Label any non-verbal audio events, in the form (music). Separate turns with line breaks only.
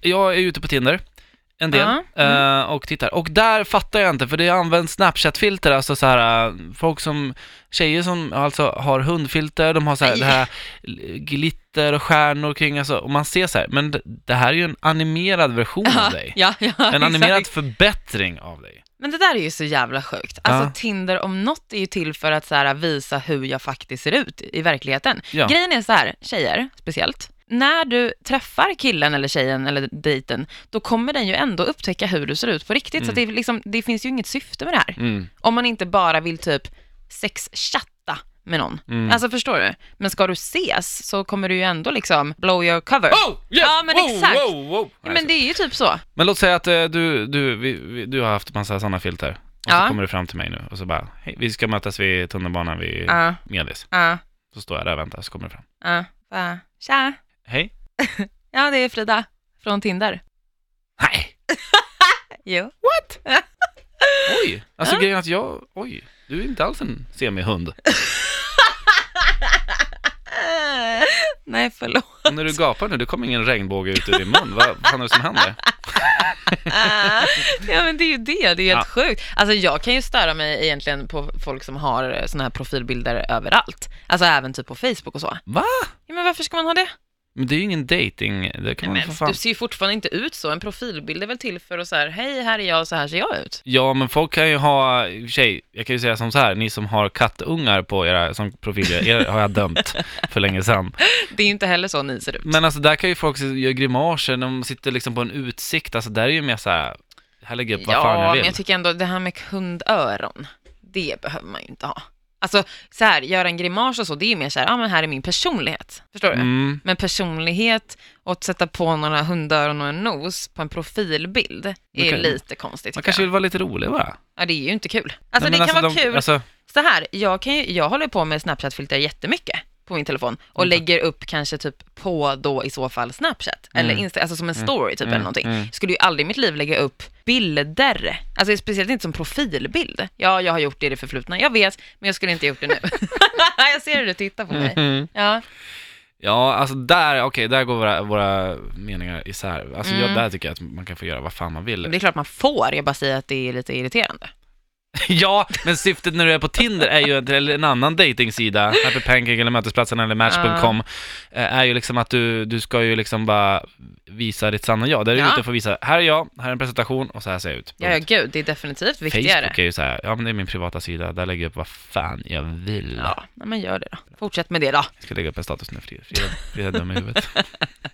jag är ute på Tinder en del
Ja, mm.
eh, och tittar. Och där fattar jag inte, för det används Snapchat-filter, alltså så här, eh, folk som, tjejer som alltså har hundfilter, de har så här,
Nej.
det här glitter och stjärnor kring, alltså, och man ser så här, men det- det här är ju en animerad version av dig.
ja, (laughs) ja,
En animerad
exakt.
förbättring av dig.
Men det där är ju så jävla sjukt. Alltså
Ja.
Tinder om något är ju till för att så här, visa hur jag faktiskt ser ut i verkligheten.
Ja.
Grejen är så här, tjejer speciellt, när du träffar killen eller tjejen eller dejten, då kommer den ju ändå upptäcka hur du ser ut på riktigt. Så att det, är liksom, det finns ju inget syfte med det här.
Mm.
Om man inte bara vill typ sexchatta med någon.
mm.
Alltså förstår du? Men ska du ses så kommer du ju ändå liksom blow your cover.
Oh!
Ja, men exakt. Ja, men det är ju typ så.
Men låt säga att eh, du, du, vi, vi, du har haft massa sådana filter. Och så
Ja.
kommer du fram till mig nu och så bara, hej, vi ska mötas vid tunnelbanan vid
Ja,
Medis.
ja,
Så står jag där och väntar, så kommer du fram.
ja. Va? Tja.
Hej.
Ja, det är Frida från Tinder.
Nej.
Jo.
Oj. Alltså
Äh?
grejen är att jag, oj, du är inte alls en semihund.
(laughs) Nej,
(laughs)
förlåt.
Och när du gapar nu, det kommer ingen regnbåge ut ur din mun. Vad fan är det som händer?
ja, men det är ju det. Det är ju helt
Ja.
sjukt. Alltså, jag kan ju störa mig egentligen på folk som har eh, såna här profilbilder överallt. Alltså även typ på Facebook och så.
Va?
Ja, men varför ska man ha det?
Men det är ju ingen dating. det kan man för
Men,
fan.
du ser ju fortfarande inte ut så. En profilbild är väl till för att så här, hej, här är jag och så här ser jag ut.
Ja, men folk kan ju ha, i och för sig, jag kan ju säga som så här, ni som har kattungar på era som profiler, er har jag dömt för länge sedan.
Det är ju inte heller så ni ser ut.
Men alltså där kan ju folk se- göra grimaser, de sitter liksom på en utsikt, alltså där är ju mer så här, här lägger jag upp vad fan
ja,
jag
men
vill.
jag tycker ändå det här med kundöron, det behöver man ju inte ha. Alltså, så här, göra en grimas och så, det är ju mer så här, ja ah, men här är min personlighet. Förstår du?
mm.
Men personlighet och att sätta på några hundöron och en nos på en profilbild är
kan-
lite konstigt.
Man
tycker
kanske
jag.
vill vara lite rolig bara.
Ja, det är ju inte kul. Alltså
Nej, men
det kan vara
de-
kul.
Alltså,
Så här, jag, kan ju, jag håller på med Snapchat-filter jättemycket på min telefon och
Mm.
lägger upp kanske typ på då i så fall Snapchat
Mm.
eller Insta, alltså som en story typ eller någonting. Skulle ju aldrig i mitt liv lägga upp bilder, alltså speciellt inte som profilbild. Ja, jag har gjort det i det förflutna, jag vet, men jag skulle inte ha gjort det nu.
(laughs)
jag ser hur du tittar på
Mm.
mig. Ja,
ja, alltså där, okej, där går våra, våra meningar isär. Alltså jag, där tycker jag att man kan få göra vad fan man
men
vill.
Mm. det är klart man får, jag bara säger att det är lite irriterande.
(laughs) ja, men syftet när du är på Tinder är ju, att- eller en annan dejtingsida, Happy Pancake eller Mötesplatsen eller Match.com, eh, är ju liksom att du, du ska ju liksom bara visa ditt sanna jag. Där är du
Ja.
ute för att visa, här är jag, här är en presentation och så här ser jag ut.
Ja, ja, gud, det är definitivt viktigare.
Facebook är ju så här, ja men det är min privata sida, där lägger jag upp vad fan jag vill.
Ja, nej, men gör det då. Fortsätt med det då.
Jag ska lägga upp en status nu, Frida, Frida, Frida är dum i huvudet.